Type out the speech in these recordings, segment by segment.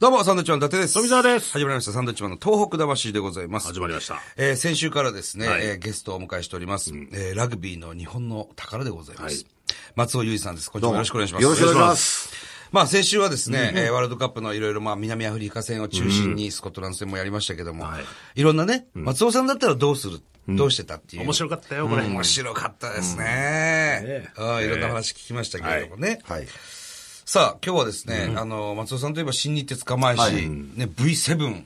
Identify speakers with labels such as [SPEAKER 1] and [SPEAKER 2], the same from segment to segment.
[SPEAKER 1] どうも、サンドウィッチマン伊達です。
[SPEAKER 2] 富澤です
[SPEAKER 1] 始まりました、サンドウィッチマンの東北魂でございます。
[SPEAKER 2] 始まりました。
[SPEAKER 1] えー先週からですね、
[SPEAKER 2] はい
[SPEAKER 1] えーゲストをお迎えしております、えーラグビーの日本の宝でございます。
[SPEAKER 2] はい
[SPEAKER 1] 松尾結衣さんです。こんにちは。よろしくお願いします。
[SPEAKER 3] よろしくお願いし
[SPEAKER 1] ま
[SPEAKER 3] ます。
[SPEAKER 1] あ、先週はですね、えーワールドカップのいろいろ、まあ、南アフリカ戦を中心にスコットランド戦もやりましたけども、
[SPEAKER 2] はいい、
[SPEAKER 1] ろんなね、松尾さんだったらどうする、どうしてたっていう。
[SPEAKER 2] 面白かったよ、これ。
[SPEAKER 1] 面白かったですね。
[SPEAKER 2] うん
[SPEAKER 1] ああ
[SPEAKER 2] ね
[SPEAKER 1] いろんな話聞きましたけれどもね。
[SPEAKER 3] はい。
[SPEAKER 1] さあ、今日はですね、あの、松尾さんといえば新日鉄釜石、ね、V7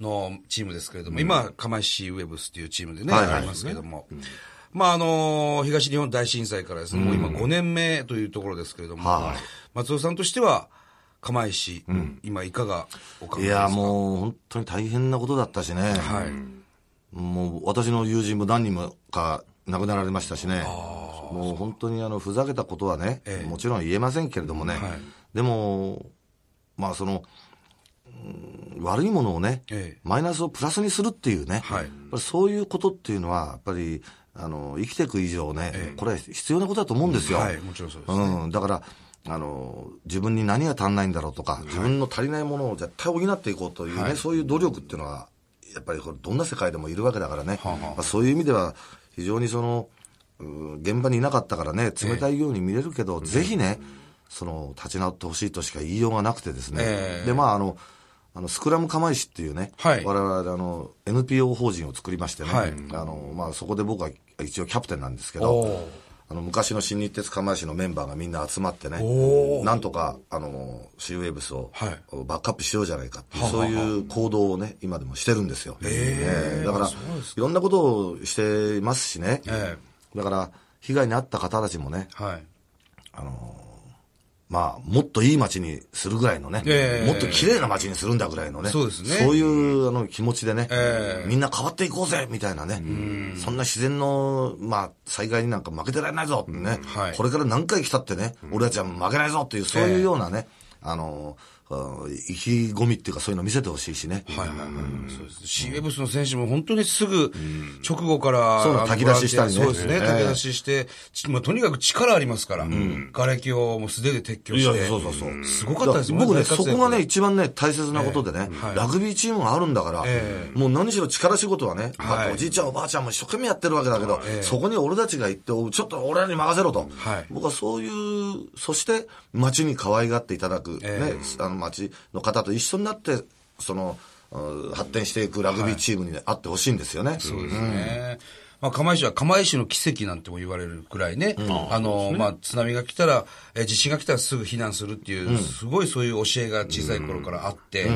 [SPEAKER 1] のチームですけれども、今、釜石ウェブスっていうチームでね、
[SPEAKER 3] はいはい
[SPEAKER 1] ありますけれども、まあ、あの、東日本大震災からですね、もう今5年目というところですけれども、
[SPEAKER 3] はい
[SPEAKER 1] 松尾さんとしては、釜石、今いかがお考え
[SPEAKER 3] い
[SPEAKER 1] です
[SPEAKER 3] や、
[SPEAKER 1] か
[SPEAKER 3] もう本当に大変なことだったしね。
[SPEAKER 1] はい。
[SPEAKER 3] もう私の友人も何人もか亡くなられましたしね。もう本当にあの、ふざけたことはね、
[SPEAKER 1] ええ
[SPEAKER 3] もちろん言えませんけれどもね。
[SPEAKER 1] はい
[SPEAKER 3] でも、まあその、うん悪いものをね、
[SPEAKER 1] ええ
[SPEAKER 3] マイナスをプラスにするっていうね、
[SPEAKER 1] はい
[SPEAKER 3] やっぱりそういうことっていうのは、やっぱりあの生きていく以上ね、これは必要なことだと思うんですよ。
[SPEAKER 1] はいもちろんそうですね
[SPEAKER 3] うん、だからあの、自分に何が足んないんだろうとか、自分の足りないものを絶対補っていこうというね、そういう努力っていうのは、やっぱりこれどんな世界でもいるわけだからね、まあ、そういう意味では、非常にその、うん現場にいなかったからね、冷たいように見れるけど、ぜひね、その、立ち直ってほしいとしか言いようがなくてですね。
[SPEAKER 1] ええ
[SPEAKER 3] で、まあ、あの、あの、スクラム釜石っていうね、
[SPEAKER 1] はい
[SPEAKER 3] 我々、あの、NPO 法人を作りましてね、
[SPEAKER 1] はい
[SPEAKER 3] あの、まあ、そこで僕は一応キャプテンなんですけ
[SPEAKER 1] おー
[SPEAKER 3] ど、あの、昔の新日鉄釜石のメンバーがみんな集まってね、
[SPEAKER 1] おー
[SPEAKER 3] なんとか、あの、シーウェーブスを
[SPEAKER 1] はい
[SPEAKER 3] バックアップしようじゃないかっていう、そういう行動をね、今でもしてるんですよ。ええだから、いろんなことをしていますしね、
[SPEAKER 1] え
[SPEAKER 3] だから、被害に遭った方たちもね、
[SPEAKER 1] はい。
[SPEAKER 3] あのまあ、もっといい街にするぐらいのね、
[SPEAKER 1] ええ
[SPEAKER 3] もっと綺麗な街にするんだぐらいのね、
[SPEAKER 1] そうですね
[SPEAKER 3] そういうあの気持ちでね、
[SPEAKER 1] ええ
[SPEAKER 3] みんな変わっていこうぜみたいなね、そんな自然の、まあ、災害になんか負けてられないぞってね、
[SPEAKER 1] はい
[SPEAKER 3] これから何回来たってね、俺たちは負けないぞっていう、そういうようなね、あのうん意気込みっていうかそういうの見せてほしいしね。
[SPEAKER 1] はいはいはい。そうです。シーウェブスの選手も本当にすぐ、直後から、
[SPEAKER 3] そうな
[SPEAKER 1] あ
[SPEAKER 3] の
[SPEAKER 1] の
[SPEAKER 3] 炊き出ししたりね
[SPEAKER 1] ボランティアそうですね。
[SPEAKER 3] ええ
[SPEAKER 1] 炊き出しして、ちまあとにかく力ありますから、瓦礫をもう素手で撤去して。
[SPEAKER 3] そうそうそう。
[SPEAKER 1] すごかったですね
[SPEAKER 3] 僕
[SPEAKER 1] 大
[SPEAKER 3] ね、
[SPEAKER 1] 活
[SPEAKER 3] そ
[SPEAKER 1] 躍
[SPEAKER 3] こがね、一番ね、大切なことでね、ラグビーチームがあるんだから、
[SPEAKER 1] え
[SPEAKER 3] もう何しろ力仕事はね、
[SPEAKER 1] はい
[SPEAKER 3] だっておじいちゃんおばあちゃんも一生懸命やってるわけだけど、そこに俺たちが行って、おちょっと俺らに任せろと。
[SPEAKER 1] はい
[SPEAKER 3] 僕はそういう、そして街に可愛がっていただく、ね、
[SPEAKER 1] え
[SPEAKER 3] あの街の方と一緒になって、その、うん発展していくラグビーチームにねあってほしいんですよね。
[SPEAKER 1] そうですね。まあ、釜石は釜石の奇跡なんても言われるくらいね、あの、まあ、津波が来たら、えー地震が来たらすぐ避難するっていう、すごいそういう教えが小さい頃からあって、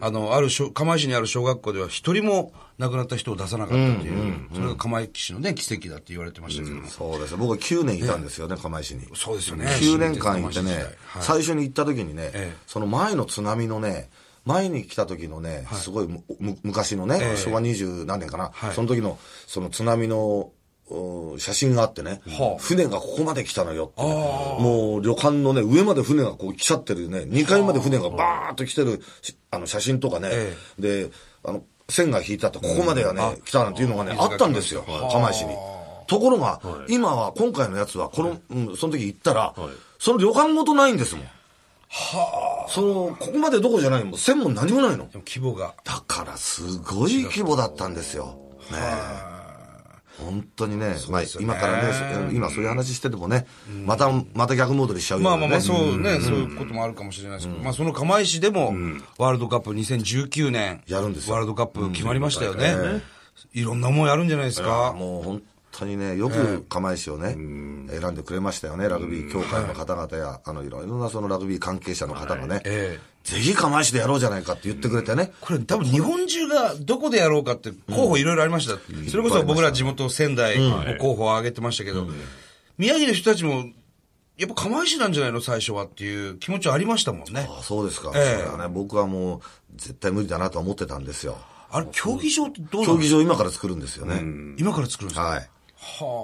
[SPEAKER 1] あの、ある小、釜石にある小学校では一人も亡くなった人を出さなかったっていう、それが釜石市のね、奇跡だって言われてましたけども。
[SPEAKER 3] そうです。僕は9年いたんですよね、釜石に。
[SPEAKER 1] そうですよね
[SPEAKER 3] 9年間いて
[SPEAKER 1] 新日鉄釜石時代
[SPEAKER 3] ね
[SPEAKER 1] はい、
[SPEAKER 3] 最初に行った時にね、
[SPEAKER 1] ええ
[SPEAKER 3] その前の津波のね、前に来た時のね、すごいむむ昔のね、
[SPEAKER 1] ええ
[SPEAKER 3] 昭和二十何年かな、
[SPEAKER 1] はい
[SPEAKER 3] その時の、その津波の、うん写真があってね、
[SPEAKER 1] はあ
[SPEAKER 3] 船がここまで来たのよってね、もう旅館のね、上まで船がこう来ちゃってるね、2階まで船がバーッと来てるしあの写真とかね、
[SPEAKER 1] え
[SPEAKER 3] で、あの、線が引いてあって、ここまではね、来たなんていうのがね、
[SPEAKER 1] 水
[SPEAKER 3] あ
[SPEAKER 1] が
[SPEAKER 3] ったんですよ、釜石に。ところが、今は、今回のやつは、この、うん、その時行ったら、その旅館ごとないんですもん。その、ここまでどこじゃないもん、線も何もないの
[SPEAKER 1] で。も規模が。
[SPEAKER 3] だから、すごい規模だったんですよ。ねえ本当にね、まあ、
[SPEAKER 1] ですよね
[SPEAKER 3] 今からね、そ今そういう話しててもね、また、また逆戻りしちゃうよ
[SPEAKER 1] まあ
[SPEAKER 3] ね。
[SPEAKER 1] まあまあ、そうね、そういうこともあるかもしれないですけど、まあその釜石でも、ワールドカップ2019年、
[SPEAKER 3] やるんですよ
[SPEAKER 1] ワールドカップ決まりましたよね。いろんなもんやるんじゃないですか。
[SPEAKER 3] もう本当にね、よく釜石をね、選んでくれましたよね、ラグビー協会の方々や、あの、いろいろなそのラグビー関係者の方がね、
[SPEAKER 1] ええ
[SPEAKER 3] ぜひ釜石でやろうじゃないかって言ってくれてね、
[SPEAKER 1] これ多分日本中がどこでやろうかって候補いろいろありました。それこそ僕ら地元仙台の候補を挙げてましたけど、宮城の人たちも、やっぱ釜石なんじゃないの最初はっていう気持ちはありましたもんね。
[SPEAKER 3] ああそうですか、
[SPEAKER 1] ええ
[SPEAKER 3] それはね、僕はもう絶対無理だなと思ってたんですよ。
[SPEAKER 1] あれ、競技場ってどうな
[SPEAKER 3] 競
[SPEAKER 1] の
[SPEAKER 3] 技場今から作るんですよね。
[SPEAKER 1] 今から作るんですか
[SPEAKER 3] はい。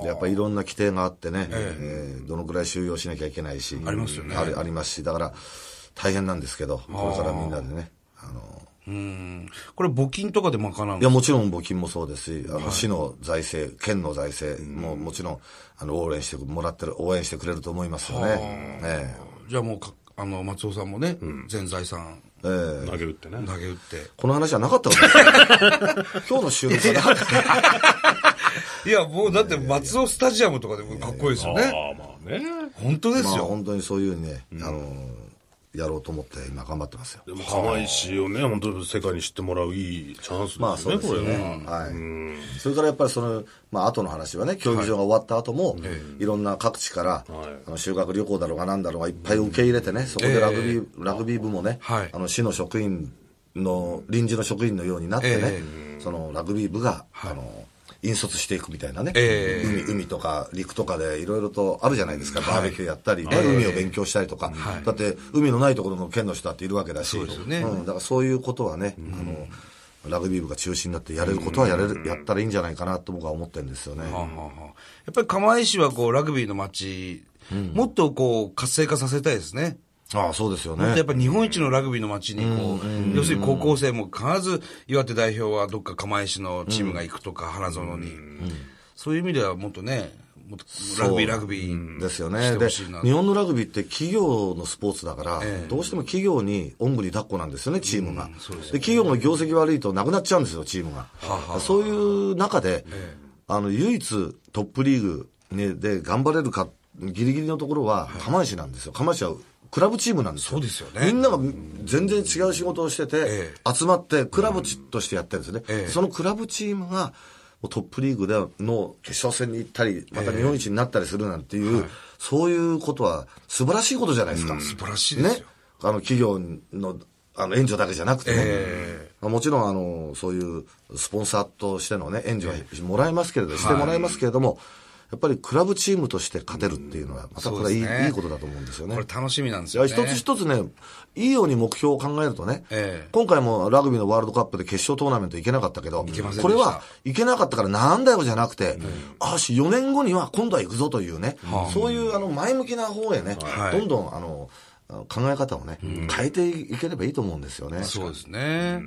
[SPEAKER 3] でやっぱりいろんな規定があってね、えーどのくらい収容しなきゃいけないし、
[SPEAKER 1] ありますよね
[SPEAKER 3] ありありますし、だから大変なんですけど、これからみんなでね、あの、
[SPEAKER 1] うん。これ募金とかで賄うん
[SPEAKER 3] いや、もちろん募金もそうですし、あの、市の財政、県の財政も、もちろん、あの、応援してもらってる、応援してくれると思いますよね。ええ
[SPEAKER 1] じゃあもうか、あの、松尾さんもね、全財産
[SPEAKER 3] ええ
[SPEAKER 2] 投げるってね。
[SPEAKER 1] 投げ打って。
[SPEAKER 3] この話はなかったわ け今日の収録はなかった。
[SPEAKER 1] いや、もうだって松尾スタジアムとかでもかっこいいですよね。
[SPEAKER 2] ああ、まあね。
[SPEAKER 1] 本当です
[SPEAKER 3] まあ
[SPEAKER 1] よ。
[SPEAKER 3] 本当にそういうふうにね、あの、やろうと思って今頑張ってますよ。
[SPEAKER 2] でも、釜石をね、本当に世界に知ってもらういいチャンスですよね、
[SPEAKER 3] まあそうです
[SPEAKER 2] こ
[SPEAKER 3] よ
[SPEAKER 2] れは
[SPEAKER 3] ね。はい。それからやっぱりその、まあ後の話はね、競技場が終わった後も、いろんな各地から
[SPEAKER 2] はい、
[SPEAKER 3] あの修学旅行だろうがなんだろうがいっぱい受け入れてね、そこでラグビー、ラグビー部もね、
[SPEAKER 1] はい
[SPEAKER 3] あの市の職員の、臨時の職員のようになってね
[SPEAKER 1] え、
[SPEAKER 3] そのラグビー部が、あの、引率していくみたいなね、
[SPEAKER 1] え
[SPEAKER 3] 海海とか陸とかでいろいろとあるじゃないですか、バーベキューやったり、ね海を勉強したりとか、だって海のないところの県の人だっているわけだし、
[SPEAKER 1] そうですよね
[SPEAKER 3] んだからそういうことはね、あの、ラグビー部が中心になってやれることはやれる、やったらいいんじゃないかなと僕は思ってるんですよね。
[SPEAKER 1] はあはあはあやっぱり釜石はこう、ラグビーの街、もっとこう、活性化させたいですね。
[SPEAKER 3] ああ、そうですよ
[SPEAKER 1] やっ
[SPEAKER 3] ね。
[SPEAKER 1] ぱ日本一のラグビーの街にこう、要するに高校生も必ず岩手代表はどっか釜石のチームが行くとか、花園に。そういう意味ではもっとね、もっとラグビー、ラグビー。
[SPEAKER 3] ですよ
[SPEAKER 1] し
[SPEAKER 3] ね。
[SPEAKER 1] て
[SPEAKER 3] で、
[SPEAKER 1] ほしいな
[SPEAKER 3] 日本のラグビーって企業のスポーツだから、
[SPEAKER 1] ええ
[SPEAKER 3] どうしても企業におんぶに抱っこなんですよね、チームが。で企業の業績悪いとなくなっちゃうんですよ、チームが。そういう中で、あの、唯一トップリーグにで頑張れるか、ギリギリのところは釜石なんですよ。釜石はクラブチームなんですよ。
[SPEAKER 1] そうですよね
[SPEAKER 3] みんなが全然違う仕事をしてて、
[SPEAKER 1] え
[SPEAKER 3] 集まってクラブチとしてやってるんですね。
[SPEAKER 1] ええ
[SPEAKER 3] そのクラブチームがもうトップリーグでの決勝戦に行ったり、また日本一になったりするなんていう、そういうことは素晴らしいことじゃないですか。素
[SPEAKER 1] 晴らしいですよ
[SPEAKER 3] ね。あの企業のあの援助だけじゃなくてね。まあもちろん、あの、そういうスポンサーとしてのね、援助はもらえますけれど、してもらえますけれども、やっぱりクラブチームとして勝てるっていうのは、またこれはいい,、
[SPEAKER 1] そうですね
[SPEAKER 3] いいことだと思うんですよね。
[SPEAKER 1] これ楽しみなんです
[SPEAKER 3] い
[SPEAKER 1] よ
[SPEAKER 3] や、
[SPEAKER 1] ね。
[SPEAKER 3] 一つ一つね、いいように目標を考えるとね、
[SPEAKER 1] ええ
[SPEAKER 3] 今回もラグビーのワールドカップで決勝トーナメント行けなかったけど、
[SPEAKER 1] けませんでした
[SPEAKER 3] これはいけなかったからなんだよじゃなくて、あし、4年後には今度は行くぞというね、そういうあの前向きな方へね、
[SPEAKER 1] はい
[SPEAKER 3] どんどんあのあの考え方をね、変えていければいいと思うんですよね。
[SPEAKER 1] そうですね。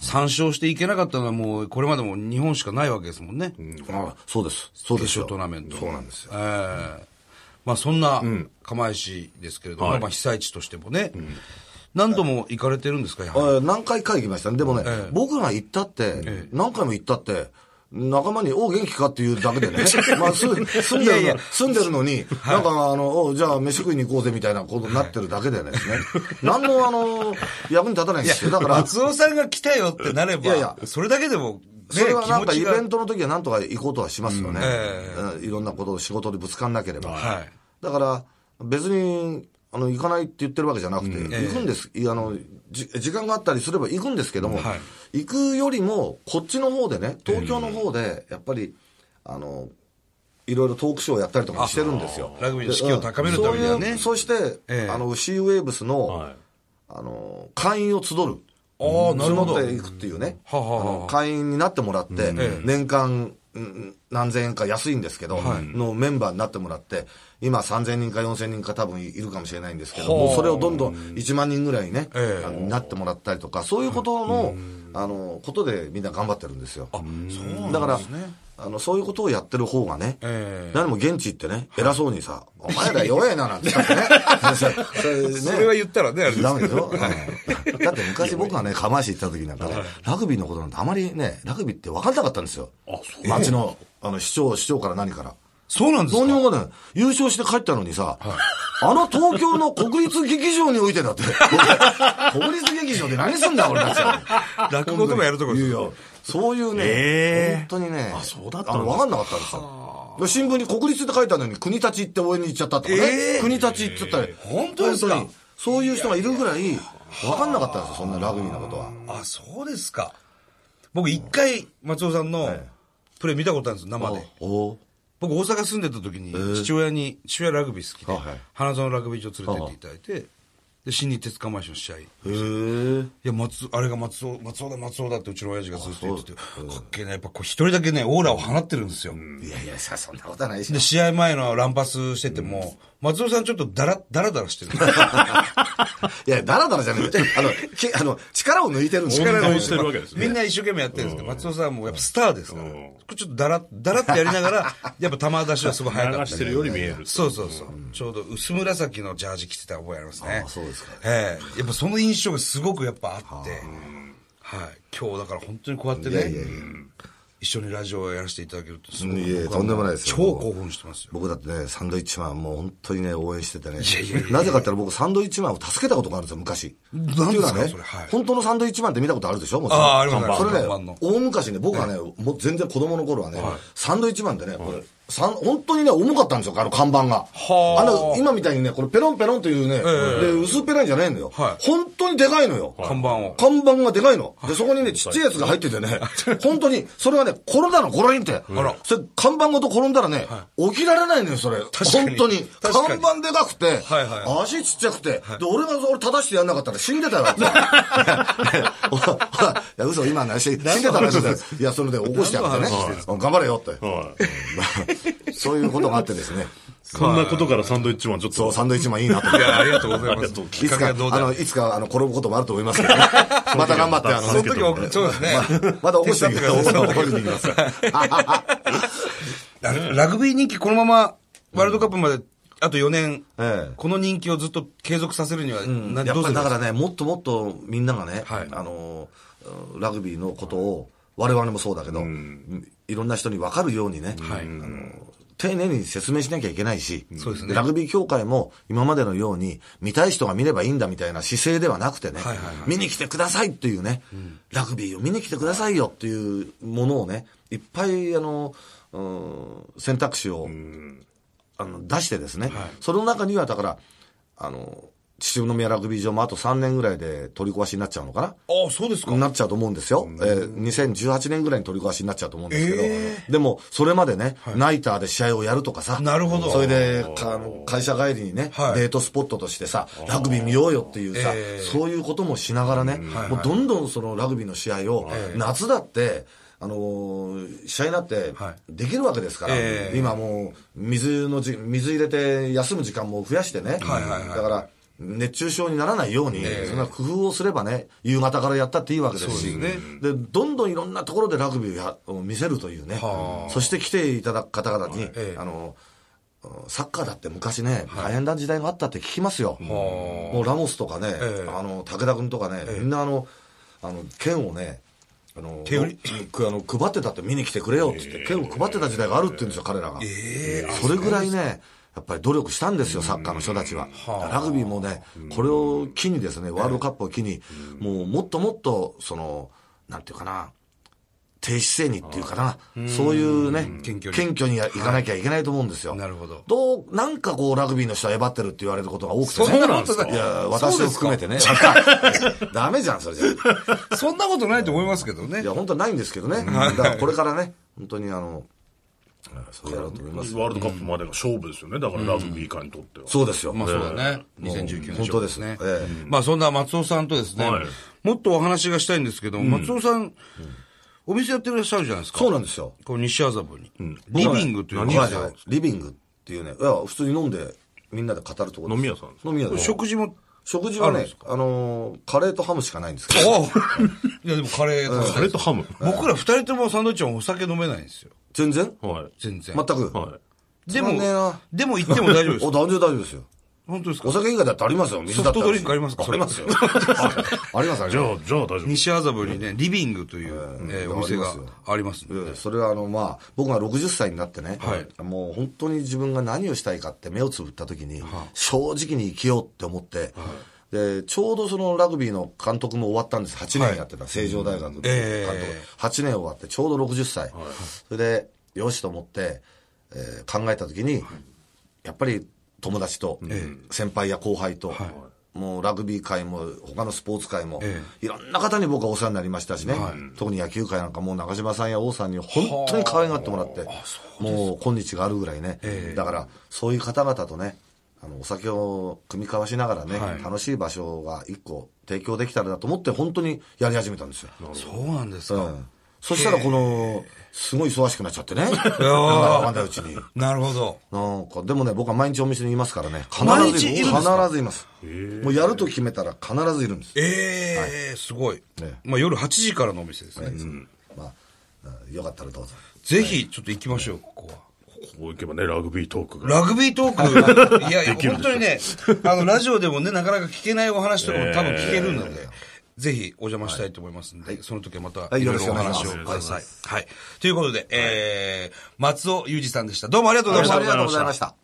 [SPEAKER 1] 参勝していけなかったのはもう、これまでも日本しかないわけですもんね。
[SPEAKER 3] あそうです。そうで
[SPEAKER 1] 決
[SPEAKER 3] すよ
[SPEAKER 1] 勝トーナメント。
[SPEAKER 3] そうなんですよ。
[SPEAKER 1] ええまあそんな釜石ですけれども、まあ被災地としてもね、何度も行かれてるんですか、やはり
[SPEAKER 3] えー何回か行きましたね。でもね、
[SPEAKER 1] ええ
[SPEAKER 3] 僕が行ったって、
[SPEAKER 1] ええ
[SPEAKER 3] 何回も行ったって、仲間に、おう元気かっていうだけで ね。まあ、す住ん
[SPEAKER 1] い
[SPEAKER 3] で
[SPEAKER 1] や
[SPEAKER 3] るの、
[SPEAKER 1] いや
[SPEAKER 3] 住んでるのに、なんか、あの、おうじゃあ飯食いに行こうぜみたいなことになってるだけでですね。何の、あの、役に立たないんですよ。だから、
[SPEAKER 1] 松尾さんが来たよってなれば、
[SPEAKER 3] いやいや
[SPEAKER 1] それだけでも、ね、
[SPEAKER 3] それはなんか
[SPEAKER 1] 気
[SPEAKER 3] イ
[SPEAKER 1] 持ちが
[SPEAKER 3] ベントの時はなんとか行こうとはしますよね。
[SPEAKER 1] え
[SPEAKER 3] うんいろんなことを仕事でぶつかんなければ。
[SPEAKER 1] はい
[SPEAKER 3] だから、別に、あの、行かないって言ってるわけじゃなくて、行くんです、いやあの、じ時間があったりすれば行くんですけども、
[SPEAKER 1] はい
[SPEAKER 3] 行くよりも、こっちの方でね、東京の方で、やっぱり、あの、いろいろトークショーをやったりとかしてるんですよ。
[SPEAKER 1] ラグビーの士気を高めるためにはね
[SPEAKER 3] でうんそういうそして、
[SPEAKER 1] ええ
[SPEAKER 3] あの、シーウェーブスの、
[SPEAKER 2] はい
[SPEAKER 3] あの、会員を集る。
[SPEAKER 1] ああ、なるほど。
[SPEAKER 3] 募っていくっていうね、
[SPEAKER 1] はあはあはあ
[SPEAKER 3] あの会員になってもらって、
[SPEAKER 1] ええ
[SPEAKER 3] 年間うん何千円か安いんですけど、のメンバーになってもらって、今3000人か4000人か多分いるかもしれないんですけど、もうそれをどんどん1万人ぐらいね、
[SPEAKER 1] ええ
[SPEAKER 3] あのなってもらったりとか、そういうことの、あの、ことでみんな頑張ってるんですよ。だから、あの、そういうことをやってる方がね、
[SPEAKER 1] ええ
[SPEAKER 3] 何も現地行ってね、偉そうにさ、お前ら弱えななんて言ったらねそれね
[SPEAKER 1] それは言ったらね、あれです
[SPEAKER 3] ダメでしょ、うんだって昔僕がね、釜石行った時なんかね、ラグビーのことなんてあまりね、ラグビーって分かんなかったんですよ。町の、あの、市長、市長から何から。
[SPEAKER 1] そうなんです
[SPEAKER 3] どうに
[SPEAKER 1] か
[SPEAKER 3] も分かんない。優勝して帰ったのにさ、あの東京の国立劇場においてだ って、国立劇場で何すんだ俺たちは。
[SPEAKER 1] 落語とかやるとこですよ。
[SPEAKER 3] よ。そういうね、
[SPEAKER 2] ええ
[SPEAKER 3] 本当にね、あ
[SPEAKER 2] そうだったんですか
[SPEAKER 3] の分かんなかったんですよ。で新聞に国立って書いたのに国立行って応援に行っちゃったとかね。
[SPEAKER 1] ええ
[SPEAKER 3] 国立行っちゃったり。
[SPEAKER 1] 本当ですか
[SPEAKER 3] 本にそういう人がいるぐらい、分かんなかったんですよ、そんなラグビーのことは。
[SPEAKER 1] あ、そうですか。僕一回、松尾さんのプレー見たことあるんです、生で。
[SPEAKER 3] おお
[SPEAKER 1] 僕大阪住んでた時に、父親に、父親ラグビー好きで、
[SPEAKER 3] はい
[SPEAKER 1] 花園ラグビー場連れてっていただいて、で、新日鉄釜石の試合。
[SPEAKER 3] へえ。
[SPEAKER 1] いや、松、あれが松尾、松尾だ、松尾だってうちの親父がずっと言ってて、かっけえな、やっぱこう一人だけね、オーラを放ってるんですよ。
[SPEAKER 3] いやいや、さそんなことはないし
[SPEAKER 1] で、。試合前の乱発してても、松尾さんちょっとだら、だらだらしてる。
[SPEAKER 3] いや、だらだらじゃなくて、あの、きあの力を抜いてるんです
[SPEAKER 2] 力を抜いてる
[SPEAKER 1] してる
[SPEAKER 2] わけですね
[SPEAKER 1] みんな一生懸命やってるんですけど、松尾さんはもうやっぱスターですから。ちょっとだら、だらってやりながら、やっぱ玉出しはすごい早か
[SPEAKER 2] 流
[SPEAKER 1] った
[SPEAKER 2] し
[SPEAKER 1] ん
[SPEAKER 2] て
[SPEAKER 1] で
[SPEAKER 2] る。より見える。
[SPEAKER 1] そうそうそう。ちょうど薄紫のジャージ着てた覚えありますね。
[SPEAKER 3] あそうですか
[SPEAKER 1] ええやっぱその印象がすごくやっぱあって、はい。今日だから本当にこうやってね、一緒にラジオをやらせていただけるとすごく
[SPEAKER 3] いやいや
[SPEAKER 1] 僕は
[SPEAKER 3] とんでもないですよ
[SPEAKER 1] 超興奮してますよ。
[SPEAKER 3] 僕だってね、サンドイッチマンもう本当にね、応援しててね
[SPEAKER 1] やいやいや。
[SPEAKER 3] なぜかって言ったら僕、サンドイッチマンを助けたことがあるんですよ、昔。
[SPEAKER 1] なんですか
[SPEAKER 3] っていうのはね
[SPEAKER 1] それはい
[SPEAKER 3] 本当のサンドイッチマンって見たことあるでしょもちろん
[SPEAKER 1] ああありますあります
[SPEAKER 3] それ
[SPEAKER 1] 看板の
[SPEAKER 3] ね、大昔ね、僕はね、もう全然子供の頃はね、サンドイッチマンってね、これ、さん本当にね、重かったんですよ、あの看板が。
[SPEAKER 1] はあ
[SPEAKER 3] あの、今みたいにね、これペロンペロンというね、で、薄っぺらいんじゃないのよ。
[SPEAKER 1] はい
[SPEAKER 3] 本当にでかいのよ。
[SPEAKER 1] 看板を。
[SPEAKER 3] 看板がでかいの。で、そこにね、ちっちゃいやつが入って てね、本当に、それがね、転んだの、ゴロリンって。あ
[SPEAKER 1] ら
[SPEAKER 3] それ、看板ごと転んだらね、起きられないのよ、それ。
[SPEAKER 1] 確かに
[SPEAKER 3] 本当に。
[SPEAKER 1] 確か
[SPEAKER 3] 看
[SPEAKER 1] に
[SPEAKER 3] 板でかくて
[SPEAKER 1] はいは、
[SPEAKER 3] 足ちっちゃくて、で、俺が俺正してやんなかったら死 んでたよ。おほらいや、嘘、今の話、死んでたらしいいや、それで起こしてやってね
[SPEAKER 1] 何の話してん、
[SPEAKER 3] うん頑張れよって。
[SPEAKER 2] はい。
[SPEAKER 3] そういうことがあってですね、
[SPEAKER 2] そんなことからサンドイッチマンちょっと。
[SPEAKER 3] そう、サンドイッチマンいいなと思って
[SPEAKER 1] い。や、ありがとうござい
[SPEAKER 2] あ
[SPEAKER 1] ま
[SPEAKER 2] り
[SPEAKER 1] す
[SPEAKER 2] がとう。
[SPEAKER 1] き
[SPEAKER 3] い
[SPEAKER 1] っか
[SPEAKER 3] つ
[SPEAKER 1] け
[SPEAKER 3] か、あ
[SPEAKER 1] はどうだ
[SPEAKER 3] の、いつか、あの、転ぶこともあると思いますけ どね。また頑張って、あの、
[SPEAKER 1] その時は、そうですね。
[SPEAKER 3] まだ起こしてみて、
[SPEAKER 1] 手伝ってください
[SPEAKER 3] 起こしてみます。
[SPEAKER 1] あのラグビー人気このまま、ワールドカップまで、あと4年、
[SPEAKER 3] ええ
[SPEAKER 1] この人気をずっと継続させるには、な
[SPEAKER 3] や
[SPEAKER 1] どう
[SPEAKER 3] っ
[SPEAKER 1] する
[SPEAKER 3] ぱりだから
[SPEAKER 1] ね、
[SPEAKER 3] ね、もっともっとみんながね、
[SPEAKER 1] はい
[SPEAKER 3] あの、ラグビーのことを、我々もそうだけど、いろんな人に分かるようにね、
[SPEAKER 1] はい
[SPEAKER 3] あの丁寧に説明しなきゃいけないし、
[SPEAKER 1] そうですね
[SPEAKER 3] ラグビー協会も今までのように、見たい人が見ればいいんだみたいな姿勢ではなくてね、
[SPEAKER 1] はいはいはい
[SPEAKER 3] 見に来てくださいっていうね、ラグビーを見に来てくださいよっていうものをね、いっぱい、あの、うん選択肢をあの出してですね、その中にはだから、あの、秩父宮ラグビー場もあと3年ぐらいで取り壊しになっちゃうのかな
[SPEAKER 1] ああ、そうですか。
[SPEAKER 3] なっちゃうと思うんですよ、えー2018年ぐらいに取り壊しになっちゃうと思うんですけど、
[SPEAKER 1] え
[SPEAKER 3] でも、それまでね、ナイターで試合をやるとかさ、
[SPEAKER 1] なるほど
[SPEAKER 3] それでかあの会社帰りにね、
[SPEAKER 1] はい
[SPEAKER 3] デートスポットとしてさ、ラグビー見ようよっていうさ、
[SPEAKER 1] ええ
[SPEAKER 3] そういうこともしながらね、もうどんどんそのラグビーの試合を、夏だって、あのー試合になって
[SPEAKER 1] はい
[SPEAKER 3] できるわけですから、
[SPEAKER 1] ええ
[SPEAKER 3] 今もう水のじ、水入れて休む時間も増やしてね、
[SPEAKER 1] はいはいはい
[SPEAKER 3] だから、熱中症にならないように、そんな工夫をすればね、夕方からやったっていいわけですし、
[SPEAKER 1] そうです
[SPEAKER 3] でどんどんいろんなところでラグビーをやを見せるというね
[SPEAKER 1] は、あ
[SPEAKER 3] そして来ていただく方々に、
[SPEAKER 1] ええ
[SPEAKER 3] あの、サッカーだって昔ね、大変な時代があったって聞きます
[SPEAKER 1] は
[SPEAKER 3] よ。
[SPEAKER 1] あ
[SPEAKER 3] もうラモスとかね、
[SPEAKER 1] ええ
[SPEAKER 3] あの、武田君とかね、みんなあの、あの、剣をね、あの、
[SPEAKER 1] 手売り
[SPEAKER 3] くあの配ってたって見に来てくれよって言って、剣を配ってた時代があるって言うんですよ、彼らが。
[SPEAKER 1] ええ
[SPEAKER 3] それぐらいね、やっぱり努力したんですよ、サッカーの人たちは。ラグビーもね、これを機にですね、ワールドカップを機に、もうもっともっと、その、なんていうかな、低姿勢にっていうかな、そういうね、
[SPEAKER 1] 謙
[SPEAKER 3] 謙
[SPEAKER 1] 虚
[SPEAKER 3] 虚
[SPEAKER 1] に
[SPEAKER 3] にやいかなきゃいけないと思うんですよ。
[SPEAKER 1] なるほど
[SPEAKER 3] どう、なんかこう、ラグビーの人はえばってるって言われることが多くてね。
[SPEAKER 1] そんなことない
[SPEAKER 3] いや、私を含めてね。ダメじゃん、それじゃ。
[SPEAKER 1] そんなことないと思いますけどね
[SPEAKER 3] い。や、本当はないんですけどね。だからこれからね、本当にあの、そうやろうと思います。
[SPEAKER 2] ワールドカップまでが勝負ですよね。だからラグビー界にとっては。
[SPEAKER 3] そうですよ。
[SPEAKER 1] まあそうだね。2019年。
[SPEAKER 3] 本当ですねえ
[SPEAKER 1] まあそんな松尾さんとですね
[SPEAKER 2] はい、
[SPEAKER 1] もっとお話がしたいんですけど、松尾さん、お店やってらっしゃるじゃないですか。
[SPEAKER 3] そうなんですよ。
[SPEAKER 1] こう西麻布に。リビングというお
[SPEAKER 3] 何
[SPEAKER 1] 店
[SPEAKER 3] がリビングっていうね、いや、普通に飲んで、みんなで語るところです
[SPEAKER 2] 飲み屋さんですか
[SPEAKER 3] 飲み屋です。
[SPEAKER 1] 食事も、
[SPEAKER 3] 食事はね、あのー、カレーとハムしかないんですけど、
[SPEAKER 1] おう いやでもカレー食べた
[SPEAKER 2] カ
[SPEAKER 1] い
[SPEAKER 2] レ
[SPEAKER 1] で
[SPEAKER 2] ー
[SPEAKER 1] す
[SPEAKER 2] とハム。
[SPEAKER 1] 僕ら二人ともサンドイッチはお酒飲めないんですよ。
[SPEAKER 3] 全然
[SPEAKER 2] はい。
[SPEAKER 1] 全然。
[SPEAKER 3] 全く。
[SPEAKER 2] は
[SPEAKER 1] で
[SPEAKER 3] つまん
[SPEAKER 1] も
[SPEAKER 3] ねえな、
[SPEAKER 1] でも行っても大丈夫で す。
[SPEAKER 3] お、大丈夫大丈夫ですよ。
[SPEAKER 1] 本当ですか
[SPEAKER 3] お酒以外だってありますよ、水だっ
[SPEAKER 1] ソフ
[SPEAKER 3] て
[SPEAKER 1] トドリンクありますか
[SPEAKER 3] ありますよ。あります、 あ
[SPEAKER 2] い。
[SPEAKER 3] り
[SPEAKER 2] じゃ
[SPEAKER 3] ま。
[SPEAKER 2] あ、じゃあ大丈夫。
[SPEAKER 1] 西麻布にね、リビングという、えーお店がありますんです
[SPEAKER 3] それはあの、まあ、僕が60歳になってね、もう本当に自分が何をしたいかって目をつぶった時に、正直に生きようって思って、で、ちょうどそのラグビーの監督も終わったんです。8年やってた、成城大学の監督。
[SPEAKER 1] え
[SPEAKER 3] 8年終わってちょうど60歳。それで、よしと思って、えー考えた時に、やっぱり友達と、先輩や後輩と、もうラグビー界も他のスポーツ界も、
[SPEAKER 1] え
[SPEAKER 3] いろんな方に僕はお世話になりましたしね、特に野球界なんかもう中島さんや王さんに本当に可愛がってもらって、もう今日があるぐらいね、だからそういう方々とね、あのお酒を酌み交わしながらね、
[SPEAKER 1] はい
[SPEAKER 3] 楽しい場所が一個提供できたらなと思って本当にやり始めたんですよ。
[SPEAKER 1] そうなんですか。
[SPEAKER 3] うんそしたらこの、すごい忙しくなっちゃってね。なんだかわかんないうちに。
[SPEAKER 1] なるほど。
[SPEAKER 3] なんか、でもね、僕は毎日お店にいますからね。必
[SPEAKER 1] 毎
[SPEAKER 3] ず
[SPEAKER 1] 日い
[SPEAKER 3] い
[SPEAKER 1] るんですか
[SPEAKER 3] 必ずいます。もうやると決めたら必ずいるんです。
[SPEAKER 1] ええすごい
[SPEAKER 3] ね。
[SPEAKER 1] まあ夜8時からのお店ですね。
[SPEAKER 3] まあ、うんよかったらどうぞ。
[SPEAKER 1] ぜひ、ちょっと行きましょう、ここは。
[SPEAKER 2] ここ行けばね、ラグビートークが。
[SPEAKER 1] ラグビートー ク、いやいや、本当にね、あの、ラジオでもね、なかなか聞けないお話とかも多分聞けるので、ぜひお邪魔したいと思いますので、その時はまた
[SPEAKER 3] い
[SPEAKER 1] いろいろお話を
[SPEAKER 3] よろしくお
[SPEAKER 1] く
[SPEAKER 3] 願い
[SPEAKER 1] だ
[SPEAKER 3] しま
[SPEAKER 1] さい。はい。ということで、えー、松尾裕二さんでした。どうもありがとうございました。
[SPEAKER 3] ありがとうございました。